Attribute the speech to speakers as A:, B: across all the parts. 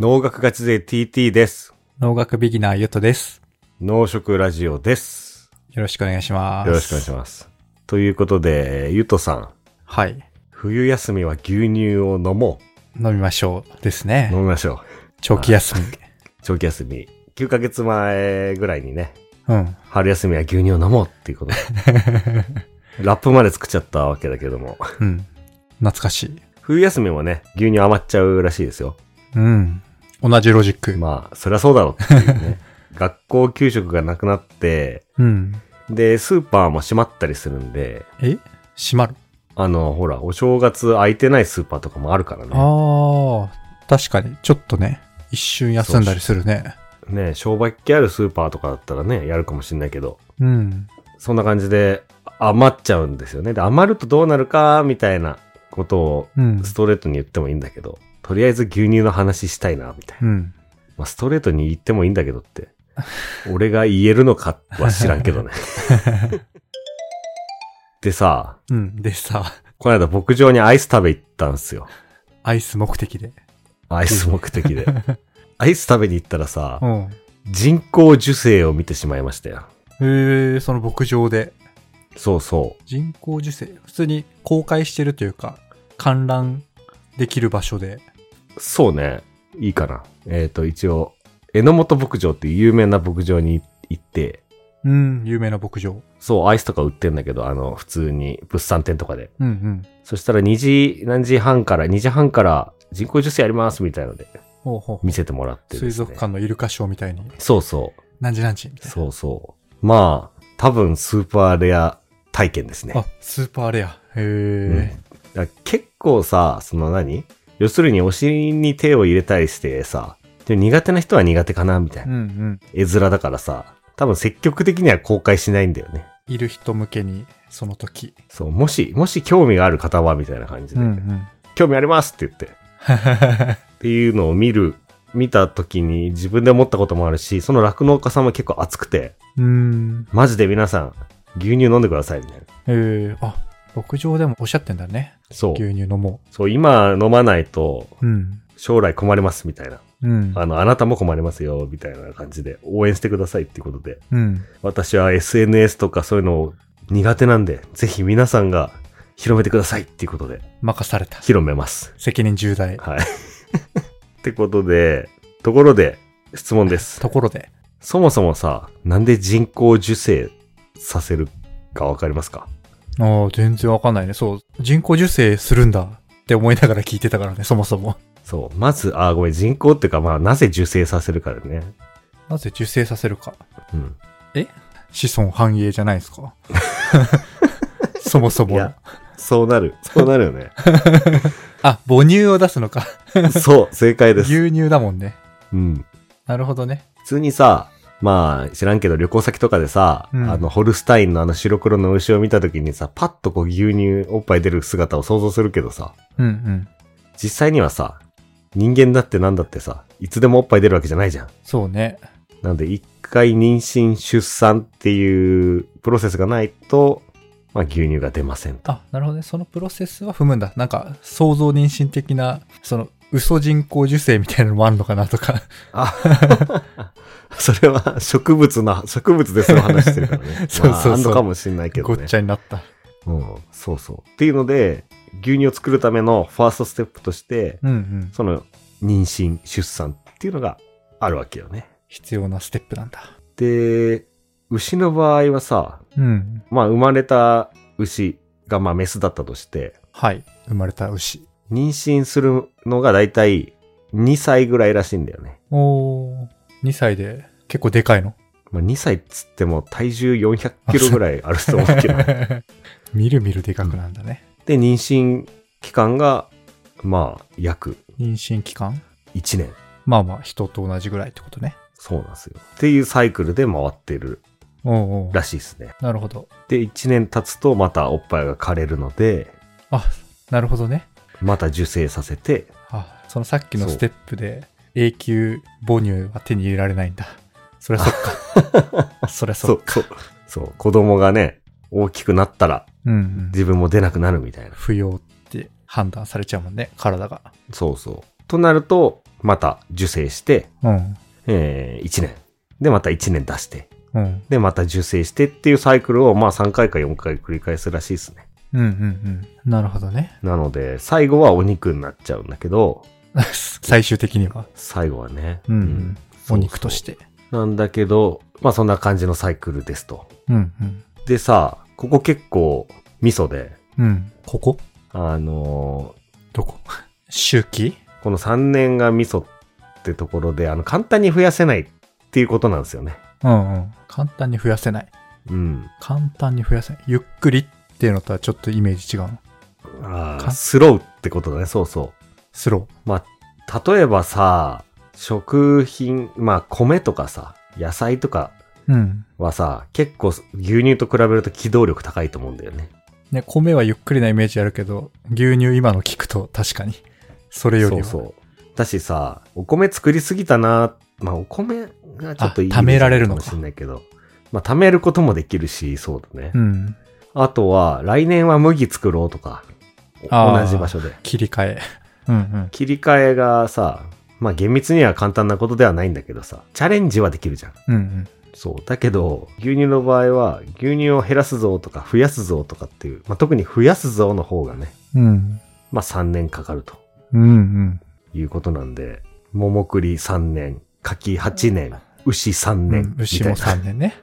A: 農学ガチ勢 TT です。
B: 農学ビギナーゆとです。
A: 農食ラジオです。
B: よろしくお願いします。
A: よろしくお願いし
B: ま
A: ます。ということで、ゆとさん、
B: す。はい。
A: 冬休みは牛乳を飲も
B: 飲みましょうです
A: う。飲
B: ね。
A: みましょ
B: 長期休み。
A: う。長期休み。9ヶ月前ぐらいにね、
B: うん。
A: 春休みは牛乳を飲もうっていうことでラップまで作っちゃったわけだけども。
B: うん。懐かしい。
A: 冬休みもね、牛乳余っちゃうらしいですよ。
B: うん。同じロジック。
A: まあ、そりゃそうだろうっていうね。学校給食がなくなって、
B: うん。
A: で、スーパーも閉まったりするんで、
B: え閉まる。
A: あの、ほら、お正月空いてないスーパーとかもあるからね。
B: ああ、確かに、ちょっとね、一瞬休んだりするね。
A: ね商売っ気あるスーパーとかだったらね、やるかもしんないけど、
B: うん。
A: そんな感じで余っちゃうんですよね。で、余るとどうなるか、みたいなことを
B: うん
A: ス。トレートに言ってもいいんだけど、とりあえず牛乳の話したいな、みたいうな。
B: ん。
A: まあ、ストレートに言ってもいいんだけど って、俺が言えるのかは知らんけどね。でさ、
B: うん。でさ、
A: この間牧場にアイス食べ行ったんですよ。
B: アイス目的で。
A: アイス目的 で。アイス食べに行ったらさ
B: う、ん。
A: 人工授精を見てしまいましたよ。
B: へえ、その牧場で。
A: そうそう。
B: 人工授精。普通に公開してるというか、観覧できる場所で。
A: そうね。いいかな。えっ、と、一応、榎本牧場っていう有名な牧場に行って、
B: うん、有名な牧場。
A: そう、アイスとか売ってんだけど、あの、普通に物産展とかで。
B: うんうん。
A: そしたら2時、何時半から、2時半から人工授精やりますみたいので、
B: ほうほうほう
A: 見せてもらってですね
B: 水族館のイルカショーみたいに。
A: そうそ
B: 何時何時み
A: う。
B: たいな
A: そうそう。まあ、多分スーパーレア体験ですね。
B: あ、スーパーレア。
A: う
B: へ
A: ん
B: え。
A: だから結構さ、その何要するにお尻に手を入れたりしてさ、でも苦手な人は苦手かなみたいうな。
B: んうん。
A: 絵面だからさ、多分積極的には公開しないんだよね。
B: いる人向けに、その時。
A: そう、もし、もし興味がある方はみたいな感じで、
B: うん
A: 興味ありますって言って。っていうのを見る、見た時に自分で思ったこともあるし、その酪農家さんも結構熱くて、
B: うん。う
A: マジで皆さん、牛乳飲んでくださいみたいな。
B: ーん。へえ。あ、牧場でもおっしゃってんだね。
A: そう。
B: 牛乳飲も
A: そう、今飲まないと
B: う。うん。
A: 将来困りますみたいな。
B: うん。
A: あの、あなたも困りますよ、みたいな感じで、応援してくださいっていうことで、
B: うん。
A: 私は SNS とかそういうの苦手なんで、ぜひ皆さんが広めてくださいっていうことで、
B: 任された。
A: 広めます。
B: 責任重大。
A: はい。 ってことで、ところで、質問です。
B: ところで。
A: そもそもさ、なんで人工受精させるかわかりますか
B: ああ、全然わかんないね。そう。人工授精するんだって思いながら聞いてたからね、そもそも。
A: そう。まず、あ、ごめん、人工っていうか、まあ、なぜ受精させるかだね。
B: なぜ受精させるか。
A: うん。
B: 子孫繁栄じゃないで すか。そもそ
A: い
B: も。
A: やそうなる。そうなるよね。
B: あ、母乳を出すのか。
A: そう、正解です。
B: 牛乳だもんね。
A: うん。
B: なるほどね。
A: 普通にさ、まあ知らんけど旅行先とかでさ、
B: うん
A: あのホルスタインのあの白黒の牛を見た時にさ、パッとこう牛乳おっぱい出る姿を想像するけどさ、
B: うんうん。
A: 実際にはさ、人間だってなんだってさ、いつでもおっぱい出るわけじゃないじゃん。
B: そうね。
A: なんで一回妊娠出産っていうプロセスがないと、まあ牛乳が出ませんと。
B: あ、なるほどね。そのプロセスは踏むんだ。なんか、想像妊娠的な、その、嘘人工受精みたいなのもあるのかなとか。。
A: あ、 それは植物の、植物でその話してるからね
B: そうそうそう
A: まあ、あんのかもしんないけど
B: ご
A: ね。
B: っちゃになった。
A: うん、そうそう。っていうので、牛乳を作るためのファーストステップとして、
B: うんうん。
A: その妊娠、出産っていうのがあるわけよね。
B: 必要なステップなんだ。
A: で、牛の場合はさ、
B: うん。
A: まあ生まれた牛がまあメスだったとして、
B: はい。生まれた牛。
A: 妊娠するのがだいたい2歳ぐらいらしいんだよね。
B: おー。2歳で、結構でかいの。
A: まあ2歳っつっても体重400キロぐらいある と思うけど。
B: みるみるでかくなんだね。
A: で、妊娠期間が、まあ約
B: 妊娠期間
A: 1年。
B: まあまあ、人と同じぐらいってことね。
A: そうなんですよ。っていうサイクルで回ってる
B: おうおう
A: らしいですね。
B: なるほど。
A: で、1年経つとまたおっぱいが枯れるので、
B: あ、なるほどね。
A: また受精させて、
B: あ、そのさっきのステップで永久母乳は手に入れられないんだ。そりゃそっ か。そりゃそ
A: そ
B: っ
A: う、そう、そう、子供がね、大きくなったら
B: うんうん。
A: 自分も出なくなるみたいな。
B: 不要って判断されちゃうもんね、体が。
A: そうそう。となると、また受精して、
B: うん。
A: え1年。で、また1年出して、
B: うん。
A: で、また受精してっていうサイクルを、まあ3回か4回繰り返すらしいですね。
B: うんうんうん。なるほどね。
A: なので、最後はお肉になっちゃうんだけど、
B: 最終的には。
A: 最後はね。
B: うんうん。
A: そうそう
B: お肉として。
A: なんだけど、まあそんな感じのサイクルですと。
B: うんうん。
A: でさ、ここ結構、ミソで、
B: うん。ここ
A: あの
B: どこ 周期
A: ーこの3年がミソってところで、あの、簡単に増やせないっていうことなんですよね。
B: うんうん。簡単に増やせない。
A: うん。
B: 簡単に増やせない。ゆっくりっていうのとはちょっとイメージ違うの。
A: あー
B: か
A: スローってことだね、そうそ
B: スロ
A: う。まあ、例えばさ、食品、まあ、米とかさ、野菜とか
B: ー。うん。
A: はさ、結構牛乳と比べると機動力高いと思うんだよね。
B: ね、米はゆっくりなイメージあるけど、牛乳今の聞くと確かに。それより
A: そう
B: は。
A: そう。だしさ、お米作りすぎたな、まあお米がちょっといい
B: あ貯められるの
A: か
B: か
A: もしれないけど、まあ貯めることもできるし、そうだね。
B: うん。
A: あとは、来年は麦作ろうとか、
B: あー
A: 同じ場所で。
B: 切り替え。うんうん。
A: 切り替えがさ、まあ厳密には簡単なことではないんだけどさ、チャレンジはできるじゃん。
B: うんうん。
A: そう。だけど、牛乳の場合は、牛乳を減らすぞとか増やすぞとかっていう、まあ特に増やすぞの方がね、
B: うん。
A: まあ3年かかると。
B: うんうん。
A: いうことなんで、桃栗3年、柿8年、牛3
B: う
A: 年。
B: ん牛も
A: みたい
B: 3年 ね。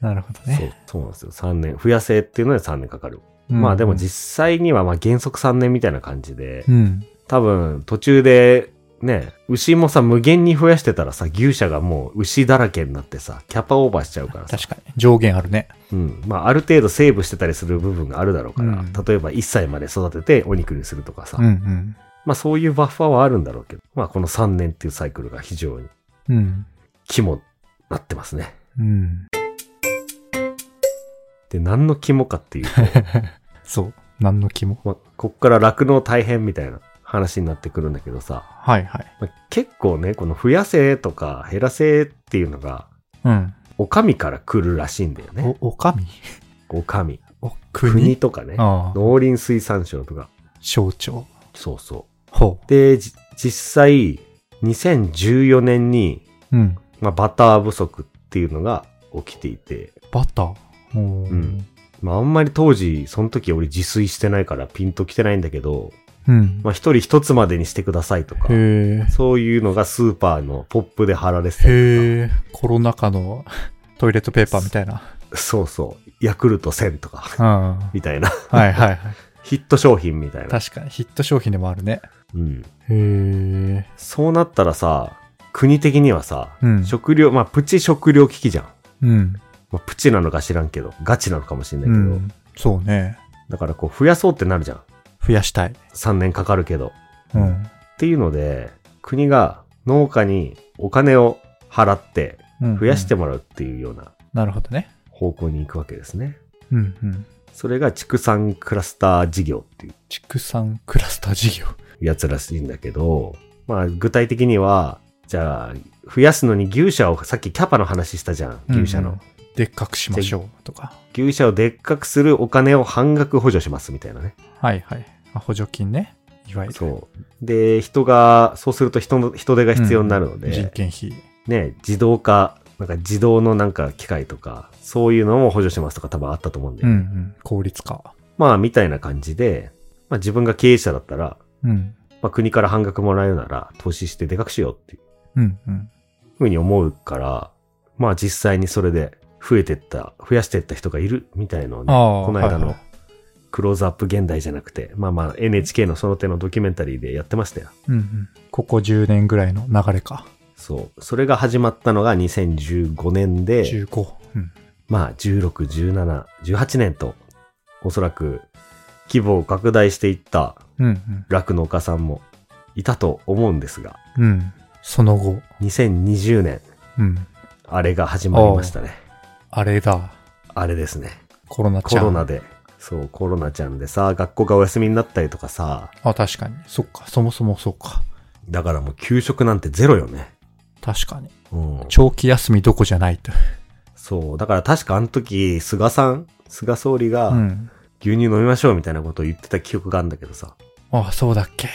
B: なるほど
A: な
B: ね。
A: そう。そうなんですよ。3年。増やせっていうので3年かかる。
B: うん
A: まあでも実際にはまあ原則3年みたいな感じで、
B: うん。
A: 多分途中で、ね、牛もさ、無限に増やしてたらさ、牛舎がもう牛だらけになってさ、キャパオーバーしちゃうからさ、
B: 確かに。上限あるね。
A: うん。まあ、ある程度セーブしてたりする部分があるだろうから、
B: うん
A: 例えば1歳まで育ててお肉にするとかさ、
B: うんうん。
A: まあそういうバッファーはあるんだろうけど、まあこの3年っていうサイクルが非常に
B: うん。
A: 肝になってますね。
B: うん。
A: で、何の肝かっていう と、
B: そう。何の気も。
A: まあ、こっから酪農大変みたいな話になってくるんだけどさ、
B: はいはい。
A: まあ結構ね、この増やせとか減らせっていうのが、
B: うん。
A: お上から来るらしいんだよね。
B: お、おかみ
A: お上。
B: お、国
A: 国とかね。
B: ああ。
A: 農林水産省とか。
B: 省庁。
A: そうそ
B: ほ
A: う。で、じ実際、2014年に、
B: う。うん。
A: まあ、バター不足っていうのが起きていて、
B: バター。おー
A: うん。まあ、あんまり当時、その時俺自炊してないからピンと来てないんだけど、
B: うん。
A: まあ、一人一つまでにしてくださいとか、
B: へ
A: そういうのがスーパーのポップで貼られて
B: え。
A: たり
B: へえ。コロナ禍の トイレットペーパーみたいな。
A: とか、そうそう、ヤクルト1000と か、
B: うん。は
A: みたいな、
B: いはいはい。
A: ヒット商品みたいな。
B: 確かにヒット商品でもあるね。
A: うん。
B: へえ。
A: そうなったらさ、国的にはさ、
B: うん
A: 食料、まあ、プチ食料危機じゃん。
B: うん。
A: まあ、プチなのか知らんけど、ガチなのかもしれないうけど、
B: ん。そうね。
A: だからこう、増やそうってなるじゃん。
B: 増やしたい。
A: 3年かかるけど。
B: う
A: うん
B: ん。
A: っていうので、国が農家にお金を払って
B: うん
A: 増やしてもらうっていうような
B: なるほどね。
A: 方向に行くわけですね。
B: うんうん。
A: それが畜産クラスター事業っていう
B: 畜産クラスター事業。
A: やつらしいんだけど、まあ具体的には、じゃあ増やすのに牛舎を、さっきキャパの話したじゃん、牛舎の。
B: うんうんでっかくしましょうとか。
A: 牛舎をでっかくするお金を半額補助しますみたいなね。
B: はいはい。あ補助金ね。いわゆる。
A: そう。で、人が、そうすると人の、人手が必要になるので、
B: 人件費。
A: ね、自動化、なんか自動のなんか機械とか、そういうのも補助しますとか多分あったと思うんで、
B: うんうん。効率化。
A: まあみたいな感じで、まあ自分が経営者だったら、
B: うん。
A: まあ国から半額もらえるなら投資してでかくしようっていう
B: うんうん。
A: ふうに思うから、まあ実際にそれで増えてった、増やしてった人がいるみたいのをね、
B: ああ。
A: この間の
B: はいはい
A: クローズアップ現代じゃなくて、まあまあ NHK のその手のドキュメンタリーでやってましたよ。
B: うんうん。ここ10年ぐらいの流れか。
A: そう。それが始まったのが2015年で、
B: 15。うん。
A: まあ、16、17、18年と、おそらく、規模を拡大していった
B: うん
A: 酪農家さんもいたと思うんですが、
B: うん。うん。その後。
A: 2020年、
B: うん。
A: あれが始まりましたね。
B: あれだ。
A: あれですね。
B: コロナち
A: コ
B: ゃん。
A: ロナで。そう、コロナちゃんでさ、学校がお休みになったりとかさ、
B: あ、確かに。そっか。そもそもそうか。
A: だからもう給食なんてゼロよね。
B: 確かに。
A: うん。
B: 長期休みどこじゃないと。
A: そう、だから確かあの時、菅さん、菅総理が
B: う、ん。
A: 牛乳飲みましょうみたいなことを言ってた記憶があるんだけどさ、
B: あ、そうだっけ。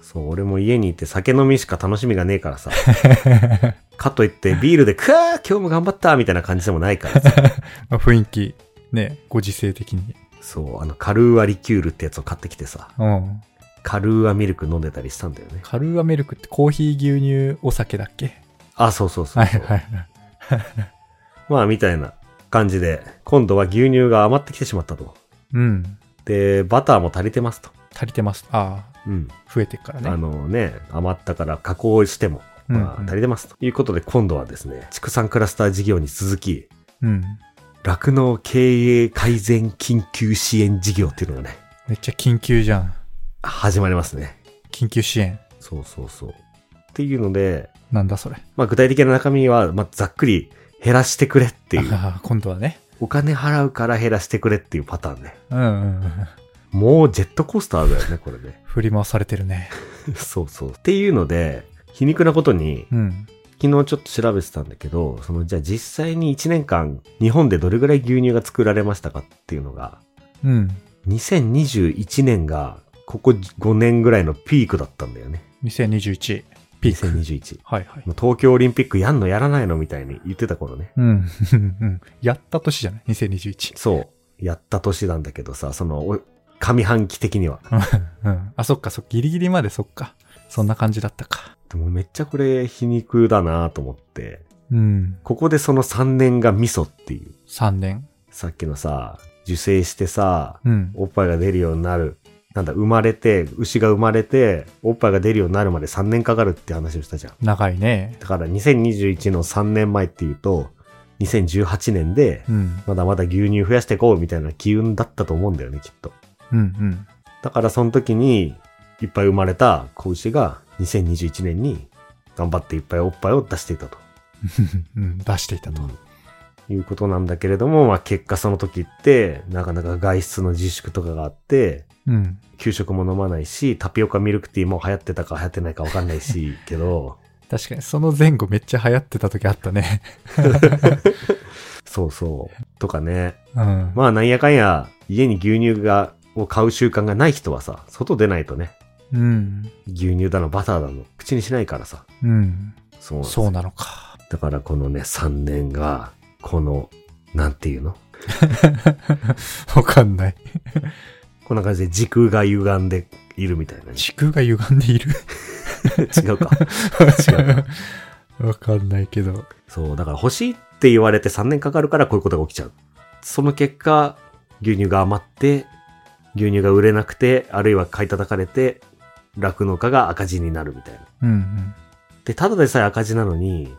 A: そう、俺も家にいて酒飲みしか楽しみがねえ からさ。かといってビールで、くわー今日も頑張ったみたいな感じでもないからさ。
B: まあ、雰囲気、ね、ご時世的に。
A: そう、あの、カルーアリキュールってやつを買ってきてさ、
B: うん。
A: カルーアミルク飲んでたりしたんだよね。
B: カルーアミルクってコーヒー牛乳お酒だっけ
A: あ、そうそうそうそう。
B: はいはいはい。
A: まあ、みたいな感じで、今度は牛乳が余ってきてしまったと。
B: うん。
A: で、バターも足りてますと。
B: 足りてます。ああ、
A: うん。
B: 増えてっから
A: あ
B: ね。
A: のね、余ったから加工しても、ま
B: う
A: あ、
B: ん
A: 足りてますということで、今度はですね、畜産クラスター事業に続き、
B: うん。
A: 酪農経営改善緊急支援事業っていうのがね、
B: めっちゃ緊急じゃん。
A: 始まりますね。
B: 緊急支援。
A: そうそうそう。っていうので、
B: なんだそれ。
A: まあ、具体的な中身は、まあ、ざっくり減らしてくれっていう。
B: ああ、 今度はね。
A: お金払うから減らしてくれっていうパターンね。
B: うんうん うん。。
A: もうジェットコースターだよね、これね
B: 振り回されてるね。
A: そうそう。っていうので、皮肉なことに、
B: うん。
A: 昨日ちょっと調べてたんだけど、その、じゃあ実際に1年間、日本でどれぐらい牛乳が作られましたかっていうのが、
B: うん。
A: 2021年が、ここ5年ぐらいのピークだったんだよね。
B: 2021。ピーク。
A: 2021。
B: はいはい。
A: もう東京オリンピックやんのやらないのみたいに言ってた頃ね。
B: うん。 うんやった年じゃない ?2021。
A: そう。やった年なんだけどさ、その、お上半期的には。
B: うん。あ、そっか、そっか、ギリギリまでそっか。そんな感じだったか。
A: でもめっちゃこれ皮肉だなと思って、
B: うん。
A: ここでその3年が味噌っていう。
B: 3年。
A: さっきのさ、受精してさ、
B: うん。
A: おっぱいが出るようになる。なんだ、生まれて、牛が生まれて、おっぱいが出るようになるまで3年かかるって話をしたじゃん。
B: 長いね。
A: だから2021の3年前っていうと、2018年で
B: う、ん。
A: まだまだ牛乳増やしていこうみたいな機運だったと思うんだよね、きっと。
B: うんうん。
A: だからその時に、いっぱい生まれた子牛が、2021年に頑張っていっぱいおっぱいを出していたと。
B: うん、出していたと。
A: いうことなんだけれども、まあ結果その時って、なかなか外出の自粛とかがあって、
B: うん。
A: 給食も飲まないし、タピオカミルクティーも流行ってたか流行ってないかわかんない し、けど、
B: 確かに、その前後めっちゃ流行ってた時あったね。
A: そうそう、とかね。
B: うん。
A: まあなんやかんや、家に牛乳が、を買う習慣がない人はさ、外出ないとね、
B: うん。
A: 牛乳だの、バターだの、口にしないからさ。
B: うん。
A: そうなんです
B: そうなのか。
A: だからこのね、3年が、この、なんていうの
B: わかんない。
A: こんな感じで時空が歪んでいるみたいな、ね。
B: 時空が歪んでいる。
A: 違うか。
B: う。わかんないけど。
A: そう、だから欲しいって言われて3年かかるからこういうことが起きちゃう。その結果、牛乳が余って、牛乳が売れなくて、あるいは買い叩かれて、酪農家が赤字になるみたいな。
B: うんうん。
A: で、ただでさえ赤字なのに、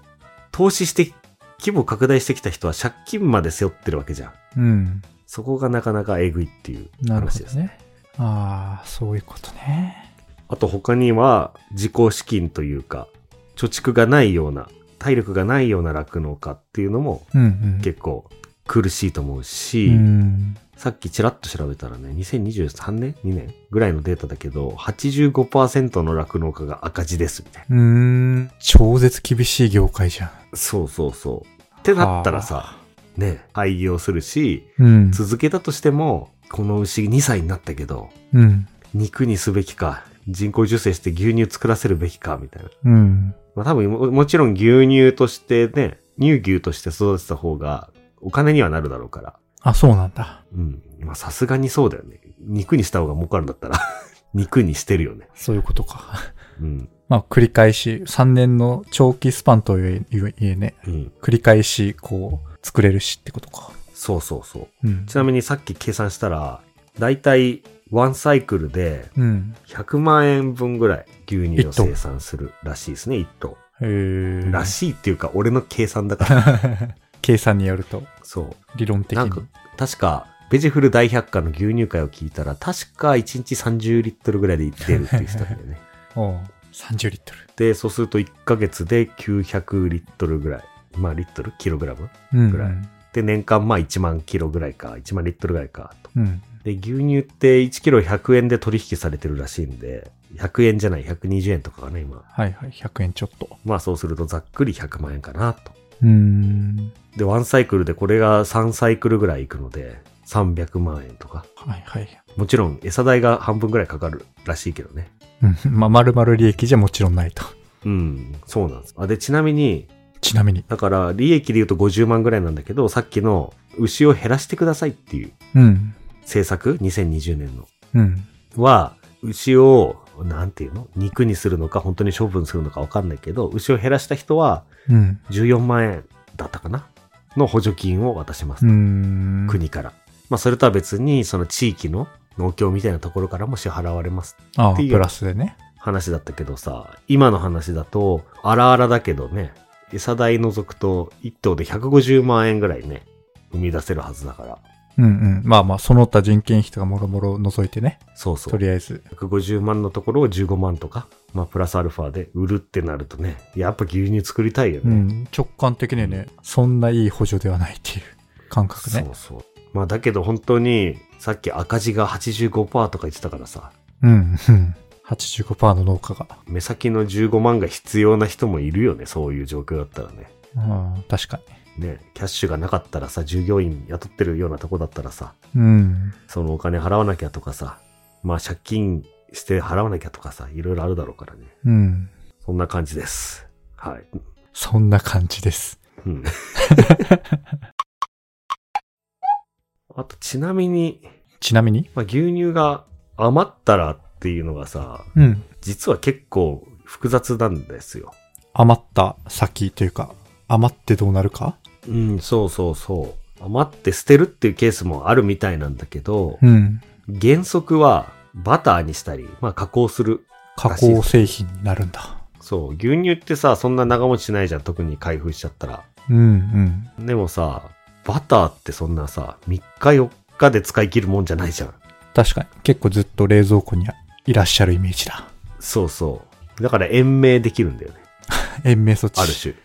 A: 投資して、規模拡大してきた人は借金まで背負ってるわけじゃん。
B: うん。
A: そこがなかなかえぐいっていう
B: なるほ
A: 話
B: ど
A: です。
B: ね。ああ、そういうことね。
A: あと他には、自己資金というか、貯蓄がないような、体力がないような酪農家っていうのも
B: うんうん。
A: 結構苦しいと思うし、
B: うん。
A: さっきちらっと調べたらね、2023年 ?2 年ぐらいのデータだけど、85%の酪農家が赤字です、みたいう
B: ーん。超絶厳しい業界じゃん。
A: な。そうそうそう。ってなったらさ、ね、廃業するし、
B: うん。
A: 続けたとしても、この牛2歳になったけど、
B: うん。
A: 肉にすべきか、人工授精して牛乳作らせるべきか、みたいな。
B: うん。
A: まあ多分も、もちろん牛乳としてね、乳牛として育てた方が、お金にはなるだろうから。
B: あ、そうなんだ。
A: うん。まあさすがにそうだよね。肉にした方が儲かるんだったら、 肉にしてるよね。
B: そういうことか。
A: うん。
B: まあ、繰り返し、3年の長期スパンというゆえゆえね、
A: うん。
B: 繰り返し、こう、作れるしってことか。
A: そうそうそう。
B: うん。
A: ちなみにさっき計算したら、だいたいワンサイクルで
B: うん。
A: 100万円分ぐらい牛乳を生産するらしいですね、1頭。
B: へー
A: らしいっていうか、俺の計算だ から。
B: 計算によると、
A: そう。
B: 理論的
A: な
B: に
A: ん。か、確か、ベジフル大百科の牛乳会を聞いたら、確か1日30リットルぐらいで出るって言ってたんだよ ね。
B: おう30リットル。
A: で、そうすると1ヶ月で900リットルぐらい。まあ、リットルキログラム
B: うん。
A: ぐらいで、年間まあ1万キロぐらいか、1万リットルぐらいか、と。
B: うん。
A: で、牛乳って1キロ100円で取引されてるらしいんで、100円じゃない、120円とかがね、今。
B: はいはい、100円ちょっと。
A: まあそうするとざっくり100万円かな、と。
B: うーん。
A: で、ワンサイクルでこれが3サイクルぐらいいくので、300万円とか。
B: はいはい。
A: もちろん餌代が半分ぐらいかかるらしいけどね。
B: ううんまあ、丸々利益じゃもちろんないと。
A: うん、そうなんです。あ、で、ちなみに、
B: ちなみに。
A: だから、利益で言うと50万ぐらいなんだけど、さっきの牛を減らしてくださいっていう
B: うん。
A: 政策、2020年の、
B: うん。
A: は、牛を、なんていうの肉にするのか、本当に処分するのかわかんないけど、牛を減らした人は、
B: うん。
A: 14万円だったかなの補助金を渡します
B: う。ん。。
A: 国から。まあ、それとは別に、その地域の農協みたいなところからも支払われます。
B: ああ、
A: っていう
B: プラスでね。
A: 話だったけどさ、今の話だと、荒々だけどね、餌代除くと1頭で150万円ぐらいね、生み出せるはずだから。
B: うんうん。まあまあ、その他人件費とかもろもろ除いてね。
A: そうそ
B: と
A: う。
B: りあえず。
A: 150万のところを15万とか、まあ、プラスアルファで売るってなるとね、やっぱ牛乳作りたいよ
B: う
A: ね。
B: ん。直感的にね、そんないい補助ではないっていう感覚
A: そ
B: ね。
A: うそう。まあ、だけど本当に、さっき赤字が85%とか言ってたからさ、
B: うん。うん。85%の農家が。
A: 目先の15万が必要な人もいるよね、そういう状況だったらね。
B: うん。確か
A: ね、キャッシュがなかったらさ、従業員雇ってるようなとこだったらさ、
B: に。うん。
A: そのお金払わなきゃとかさ、まあ借金して払わなきゃとかさ、いろいろあるだろうからね。
B: うん。
A: そんな感じです。はい。
B: そんな感じです。
A: うん。 あと、ちなみに、
B: ちなみに
A: まあ、牛乳が余ったらっていうのがさ、
B: うん。
A: 実は結構複雑なんですよ。
B: 余った先というか、余ってどうなるか
A: うん、そうそうそう。余って捨てるっていうケースもあるみたいなんだけど、
B: ん。
A: 原則はバターにしたり、まあ加工する
B: 加工製品になるんだ。
A: そう、牛乳ってさ、そんな長持ちしないじゃん、特に開封しちゃったら。
B: うんうん。
A: でもさ、バターってそんなさ、3日4日で使い切るもんじゃないじゃん。
B: 確かに。結構ずっと冷蔵庫にいらっしゃるイメージだ。
A: そうそう。だから延命できるんだよね、
B: 延命措置。
A: ある種。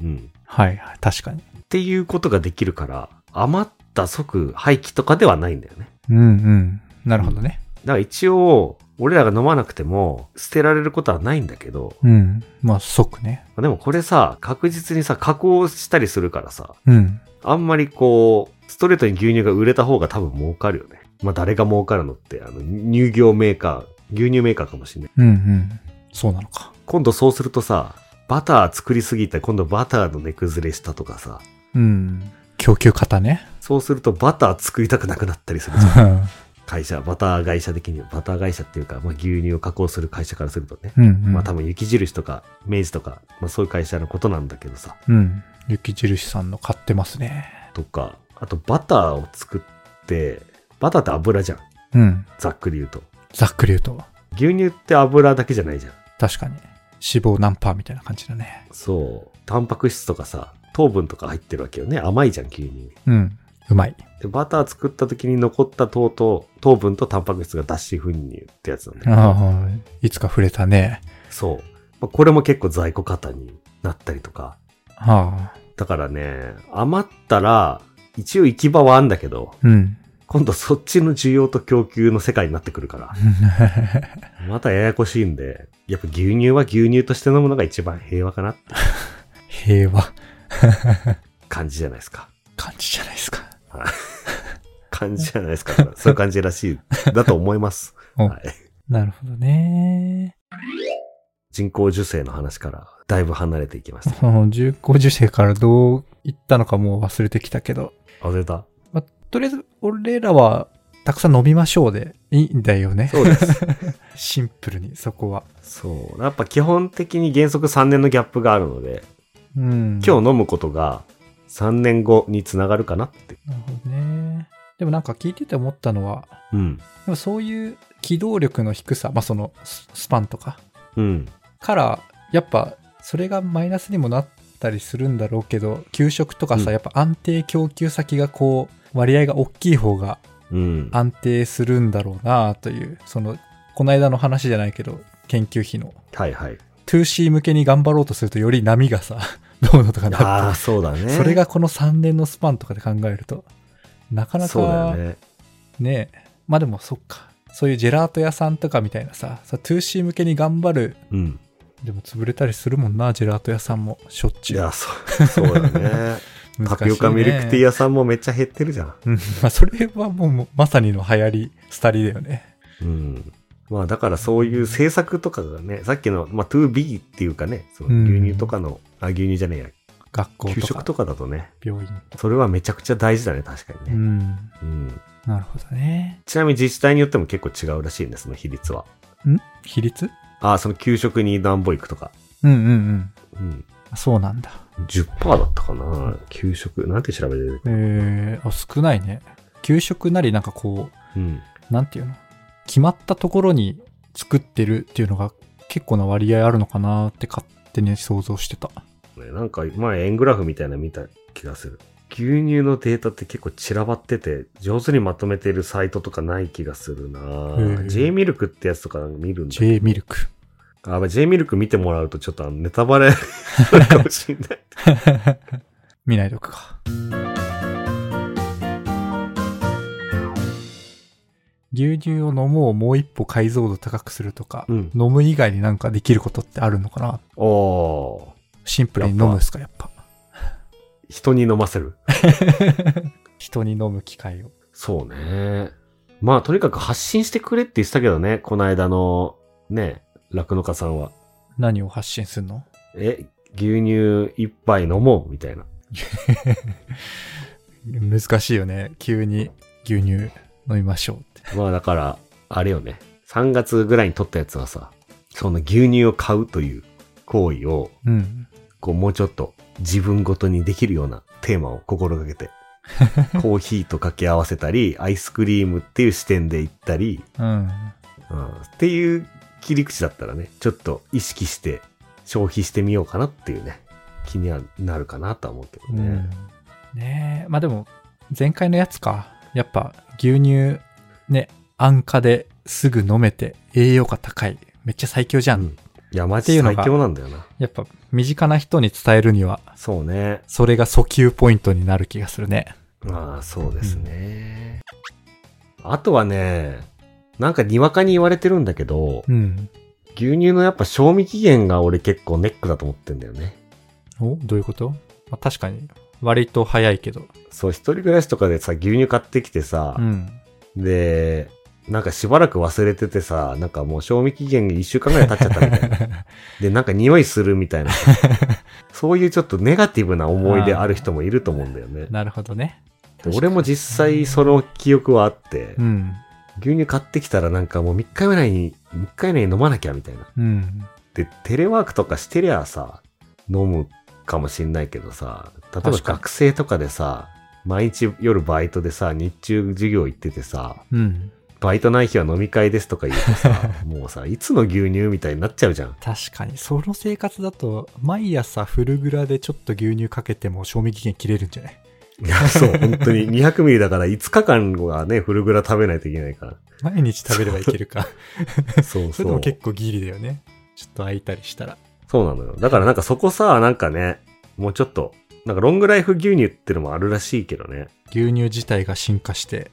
A: うん。
B: はいはい、確かに。
A: っていうことができるから、余った即廃棄とかではないんだよね。
B: うんうん。なるほどね。
A: だから一応、俺らが飲まなくても捨てられることはないんだけど、
B: うん。まあ、即ね。
A: でもこれさ、確実にさ、加工したりするからさ、
B: うん。
A: あんまりこう、ストレートに牛乳が売れた方が多分儲かるよね。まあ誰が儲かるのって、あの、乳業メーカー、牛乳メーカーかもしれない。
B: うんうん。そうなのか。
A: 今度そうするとさ、バター作りすぎて今度バターの値崩れしたとかさ、
B: うん。供給型 ね。
A: そうするとバター作りたくなくなったりするじゃん。会社、バター会社的には、バター会社っていうか、まあ牛乳を加工する会社からするとね。
B: うんうん。
A: まあ多分雪印とか明治とか、まあそういう会社のことなんだけどさ、
B: うん。雪印さんの買ってますね。
A: とか、あとバターを作って、バターって油じゃん。
B: うん。
A: ざっくり言うと。
B: ざっくり言うと。
A: 牛乳って油だけじゃないじゃん。
B: 確かに。脂肪何パーみたいな感じだね。
A: そう。タンパク質とかさ、糖分とか入ってるわけよね。甘いじゃん、牛乳。
B: うん。うまい。
A: で、バター作った時に残った糖と、糖分とタンパク質が脱脂粉乳ってやつなんだけど。
B: ああ、いつか触れたね。
A: そう。まあこれも結構在庫型になったりとか。
B: はあ。
A: だからね、余ったら、一応行き場はあんだけど、
B: うん。
A: 今度そっちの需要と供給の世界になってくるから、またややこしいんで、やっぱ牛乳は牛乳として飲むのが一番平和かなって
B: 平和。
A: 感じじゃないですか。
B: 感じじゃないですか。
A: 感じじゃないですか。そういう感じらしい。だと思います。
B: お
A: はい、
B: なるほどね。
A: 人工授精の話からだいぶ離れていきました。
B: うん重厚受精からどういったのかもう忘れてきたけど。
A: あ、出た
B: まあ、とりあえず、俺らは、たくさん飲みましょうで、いいんだよね。
A: そうです。
B: シンプルに、そこは。
A: そう。やっぱ基本的に原則3年のギャップがあるので、
B: うん。
A: 今日飲むことが3年後につながるかなって。
B: なるほどね。でもなんか聞いてて思ったのは、
A: うん。
B: でもそういう機動力の低さ、まあそのススパンとか
A: うん。
B: から、やっぱそれがマイナスにもなったりするんだろうけど、給食とかさ、
A: うん
B: やっぱ安定供給先がこう、割合が大きい方が
A: うん。
B: 安定するんだろうなという、その、この間の話じゃないけど、研究費の。
A: はいはい。
B: 2C 向けに頑張ろうとするとより波がさ、 どうのとか
A: あ
B: な
A: あ、
B: っ
A: そうだ
B: て、
A: ね。
B: それがこの3年のスパンとかで考えると、なかな
A: そうだ
B: か
A: よね。
B: ねえまあでもそっかそういうジェラート屋さんとかみたいなささ 2C 向けに頑張る
A: うん。
B: でも潰れたりするもんなジェラート屋さんもしょっ
A: い
B: ちゅう
A: や、 そう、そうだね。
B: 難しい、ね、
A: タピオカミルクティー屋さんもめっちゃ減ってるじゃん。
B: うんまあそれはもうもうまさにの流行り廃りだよね
A: うん。まあだからそういう政策とかがね、さっきの、まあ 2B っていうかね、その牛乳とかの、あ、牛乳じゃねえ
B: 学校
A: や、給
B: と
A: 食
B: か
A: とかだとね、
B: 病院とか。
A: それはめちゃくちゃ大事だね、確か
B: う
A: にね。
B: ん。
A: うん。
B: なるほどね。
A: ちなみに自治体によっても結構違うらしいんです、その比率は。
B: ん比率
A: あ、その給食に何保育とか。
B: うんうんうん。
A: うん。
B: そうなんだ。
A: 10%だったかな給食。なんて調べてる
B: えー、あ少ないね。給食なりなんかこ
A: うん。
B: う、なんていうの決まったところに作ってるっていうのが結構な割合あるのかなって勝手に想像してた。
A: ねなんか前円グラフみたいなの見た気がする。牛乳のデータって結構散らばってて、上手にまとめてるサイトとかない気がするな
B: へえ
A: ぁ J ミルクってやつとか見るんだけど
B: J ミルク。
A: あ、まあ J ミルク見てもらうとちょっとあのネタバ レあるかもしれない。
B: 見ないとくか。牛乳を飲もうもう一歩解像度高くするとか、
A: うん
B: 飲む以外になんかできることってあるのかな
A: おー。
B: シンプルに飲むっすか、やっぱ。
A: 人に飲ませる。
B: 人に飲む機会を。
A: そうね。まあとにかく発信してくれって言ってたけどね、この間のね、酪農家さんは。
B: 何を発信するの
A: え、牛乳一杯飲もうみたいな。
B: 難しいよね。急に牛乳飲みましょうって。
A: まあだから、あれよね。3月ぐらいに撮ったやつはさ、その牛乳を買うという行為を、
B: うん。
A: こうもうちょっと自分ごとにできるようなテーマを心がけ て、コーヒーと掛け合わせたり、アイスクリームっていう視点で行ったり、
B: うん。
A: うん、っていう切り口だったらね、ちょっと意識して消費してみようかなっていうね、気にはなるかなとは思うけど
B: う
A: ね。
B: ん、ねえ。まあでも、前回のやつか。やっぱ牛乳、ね、安価ですぐ飲めて栄養価高い。めっちゃ最強じゃん。
A: うんいや、マ
B: ってい
A: ジ
B: うの
A: 最
B: が
A: 強なんだよな。
B: やっぱ身近な人に伝えるには、
A: そうね。
B: それが訴求ポイントになる気がするね。
A: まあそうですね、あとはねなんかにわかに言われてるんだけど、
B: うん。
A: 牛乳のやっぱ賞味期限が俺結構ネックだと思ってんだよね
B: おどういうこと、まあ、確かに。割と早いけど。
A: そう一人暮らしとかでさ牛乳買ってきてさ
B: う、ん。
A: でなんかしばらく忘れててさなんかもう賞味期限1週間ぐらい経っちゃったみ たいなでなんか匂いするみたいなそういうちょっとネガティブな思い出ある人もいると思うんだよね
B: なるほどね。
A: で俺も実際その記憶はあって、
B: うん。
A: 牛乳買ってきたらなんかもう3日ぐらいに、3日以内に飲まなきゃみたいな。
B: うん。
A: で、テレワークとかしてりゃさ、飲むかもしんないけどさ、例えば
B: 確かに
A: 学生とかでさ、毎日夜バイトでさ、日中授業行っててさ、
B: うん。
A: バイトない日は飲み会ですとか言うと さ、もうさ、いつの牛乳みたいになっちゃうじゃん。
B: 確かに。その生活だと、毎朝フルグラでちょっと牛乳かけても賞味期限切れるんじゃない
A: いや、そう、本当に200ミリだから5日間はね、フルグラ食べないといけないか
B: 毎日食べればい けるか。
A: ら。そう
B: そ
A: そ
B: れでも
A: う。
B: 結構ギリだよね。ちょっと空いたりしたら。
A: そうなのよ。だからなんかそこさ、なんかね、もうちょっと、なんかロングライフ牛乳ってのもあるらしいけどね。
B: 牛乳自体が進化して、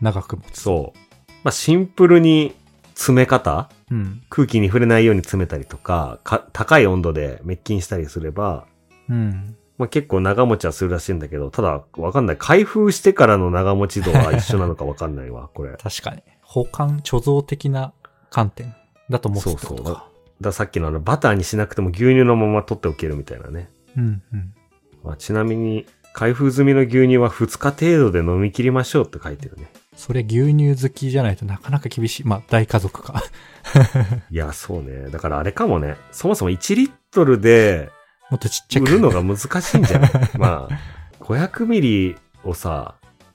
B: 長く持つ。
A: そう。まあシンプルに詰め方
B: うん。
A: 空気に触れないように詰めたりとか、か高い温度で滅菌したりすれば、
B: うん。
A: まあ結構長持ちはするらしいんだけど、ただわかんない。開封してからの長持ち度は一緒なのかわかんないわ、 これ。だか
B: 確かに。保管、貯蔵的な観点だと持つってこと
A: そう
B: か。
A: らさっきのあのバターにしなくても牛乳のまま取っておけるみたいなね。
B: うんうん。
A: まあちなみに、開封済みの牛乳は2日程度で飲み切りましょうって書いてるね。
B: それ牛乳好きじゃないとなかなか厳しい。まあ、大家族か。
A: いや、そうね。だからあれかもね。そもそも1リットルで
B: もっとちっちゃ
A: 売
B: く。
A: るのが難しいんじゃないまあ、500ミリをさ、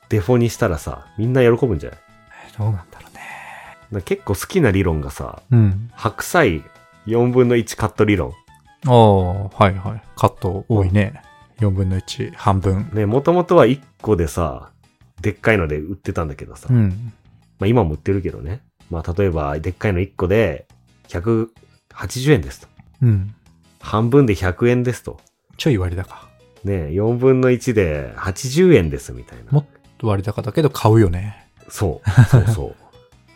A: デフォにしたらさ、みんな喜ぶんじゃないだか
B: どうなんだろうね。
A: ら結構好きな理論がさ、
B: うん。
A: 白菜4分の1カット理論。
B: ああ、はいはい。カット多いね。4分の1、半分。
A: ね、もともとは1個でさ、でっかいので売ってたんだけどさ、
B: うん。
A: まあ今も売ってるけどね。まあ例えば、でっかいの1個で180円ですと。
B: うん。
A: 半分で100円ですと。
B: ちょい割高。
A: ね、4分の1で80円ですみたいな。
B: もっと割高だけど買うよね。
A: そう。そう そう。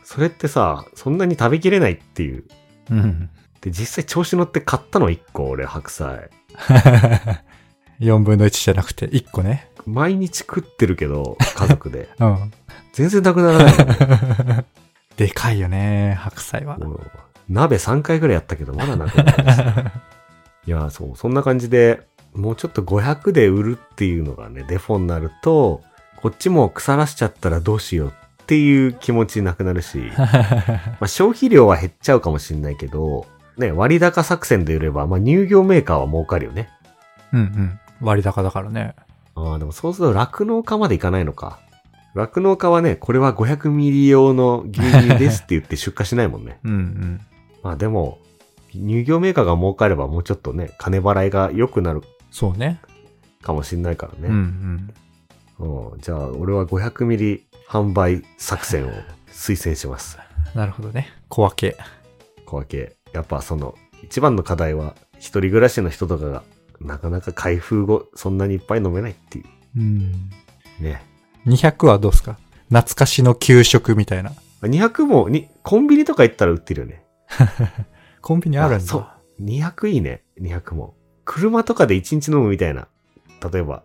A: それってさ、そんなに食べきれないっていう。
B: うん。
A: で、実際調子乗って買ったの1個、俺、白菜。
B: 4分の1じゃなくて1個ね。
A: 毎日食ってるけど、家族で。
B: うん。
A: 全然なくならない。
B: で でかいよね、白菜は。
A: もう鍋3回ぐらいやったけど、まだなくなりました。いや、そう、そんな感じで、もうちょっと500で売るっていうのがね、デフォになると、こっちも腐らしちゃったらどうしようっていう気持ちなくなるし、まあ、消費量は減っちゃうかもしれないけど、ね、割高作戦で売れば、まあ、乳業メーカーは儲かるよね。
B: うんうん。割高だからね。
A: ああ、でもそうすると酪農家までいかないのか。酪農家はね、これは500ミリ用の牛乳ですって言って出荷しないもんね。
B: うんうん。
A: まあでも、乳業メーカーが儲かればもうちょっとね、金払いが良くなる
B: そうね。
A: かもしんないからね。
B: うんうん。
A: うんじゃあ、俺は500ミリ販売作戦を推薦します。
B: なるほどね。小分け。
A: 小分け。やっぱその、一番の課題は、一人暮らしの人とかが、なかなか開封後、そんなにいっぱい飲めないってい
B: うん。
A: う。ね。
B: 200はどうっすか懐かしの給食みたいな。
A: 200も、に、コンビニとか行ったら売ってるよね。
B: コンビニあるんだ。
A: あそう200いいね。200も。車とかで1日飲むみたいな。例えば、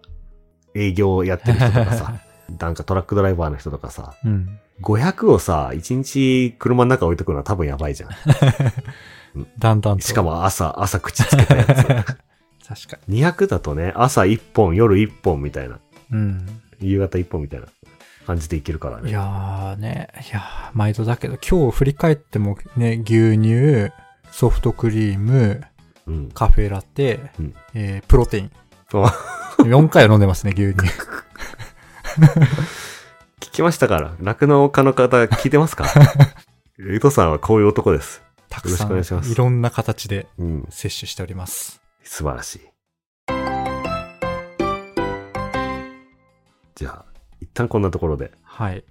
A: 営業をやってる人とか さ、なんかトラックドライバーの人とかさ、
B: うん。
A: 500をさ、1日車の中置いとくのは多分やばいじゃん。
B: だんだんと。
A: しか。も朝、朝口つけたやつ。
B: 確か
A: 200だとね、朝1本、夜1本みたいな、
B: に。うん。
A: 夕方1本みたいな感じでいけるから
B: い
A: ね。
B: やーね、いやー毎度だけど、今日振り返ってもね、牛乳、ソフトクリーム、
A: うん。
B: カフェラテ、
A: うん
B: えープロテイン。
A: お
B: 4回は飲んでますね、牛乳。
A: 聞きましたから、酪農家の方聞いてます かゆとさんはこういう男です。
B: たくさ
A: よろしくお願いし
B: ん、
A: ます
B: いろんな形で
A: うん。
B: 摂取しております。
A: 素晴らしい。じゃあ、一旦こんなところで。
B: はい。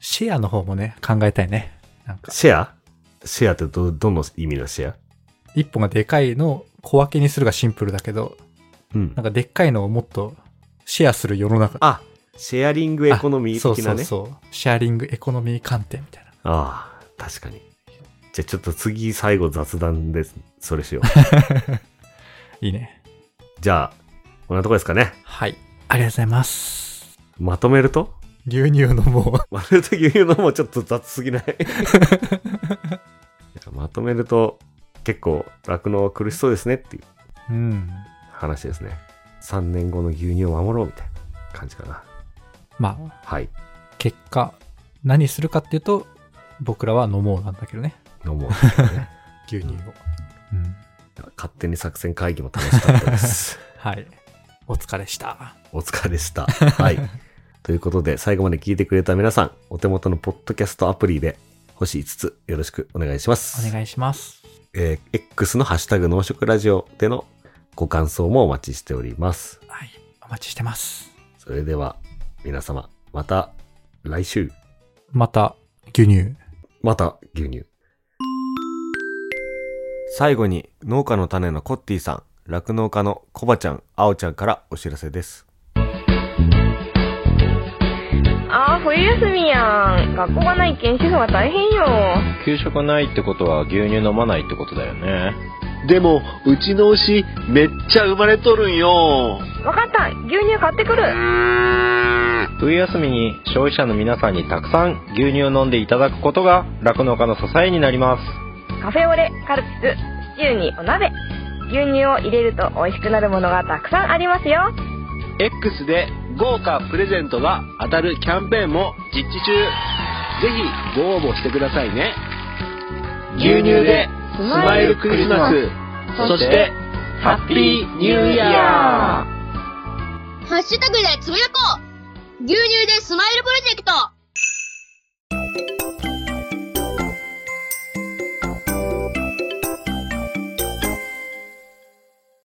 B: シェアの方もね、考えたいね。なんか、
A: シェアシェアってど、どの意味のシェア
B: 一本がでかいのを小分けにするがシンプルだけど、
A: うん
B: なん。かでっかいのをもっとシェアする世の中。
A: あ、シェアリングエコノミ
B: そ
A: ー
B: う
A: 的
B: そ
A: な
B: う
A: ね。
B: そう。シェアリングエコノミー観点みたいな。
A: ああ、確かに。じゃあちょっと次最後雑談です。それしよう。
B: いいね。
A: じゃあ、こんなとこですかね。
B: はい。ありがとうございます。
A: まとめると
B: 牛乳のも
A: まとめると牛乳のもちょっと雑すぎない まとめると結構酪農は苦しそうですねっていう
B: う。うん。
A: 話ですね。3年後の牛乳を守ろうみたいな感じかな。
B: まあ、
A: はい。
B: 結果、何するかっていうと、僕らは飲もうなんだけどね。
A: 飲 もうっていうね。
B: 牛乳を。うん。
A: 勝手に作戦会議も楽しかったです。
B: はい。お疲れした。
A: お疲れでした。はい。ということで、最後まで聞いてくれた皆さん、お手元のポッドキャストアプリで、星5つよろしくお願いします。
B: お願いします。
A: えー X のハッシュタグ農食ラジオでのご感想もお待ちしております。
B: はい。お待ちしてます。
A: それでは、皆様、また来週、
B: また、牛乳。
A: また牛乳。最後に、農家の種のコッティさん、酪農家のコバちゃん、アオちゃんからお知らせです。
C: あー冬休みやん学校がないけん主婦は大変よ
D: 給食ないってことは牛乳飲まないってことだよね
E: でも、うちの牛、めっちゃ生まれとるんよ。
C: わかった牛乳買ってくる
D: 冬休みに消費者の皆さんにたくさん牛乳を飲んでいただくことが酪農家の支えになります
C: カフェオレカルピスシチューにお鍋牛乳を入れると美味しくなるものがたくさんありますよ
E: X で豪華プレゼントが当たるキャンペーンも実施中。ぜひ、ご応募してくださいね。牛乳で、スマイルクリスマス。そして、ハッピーニューイヤー。
F: ハッシュタグでつぶやこう牛乳でスマイルプロジェクト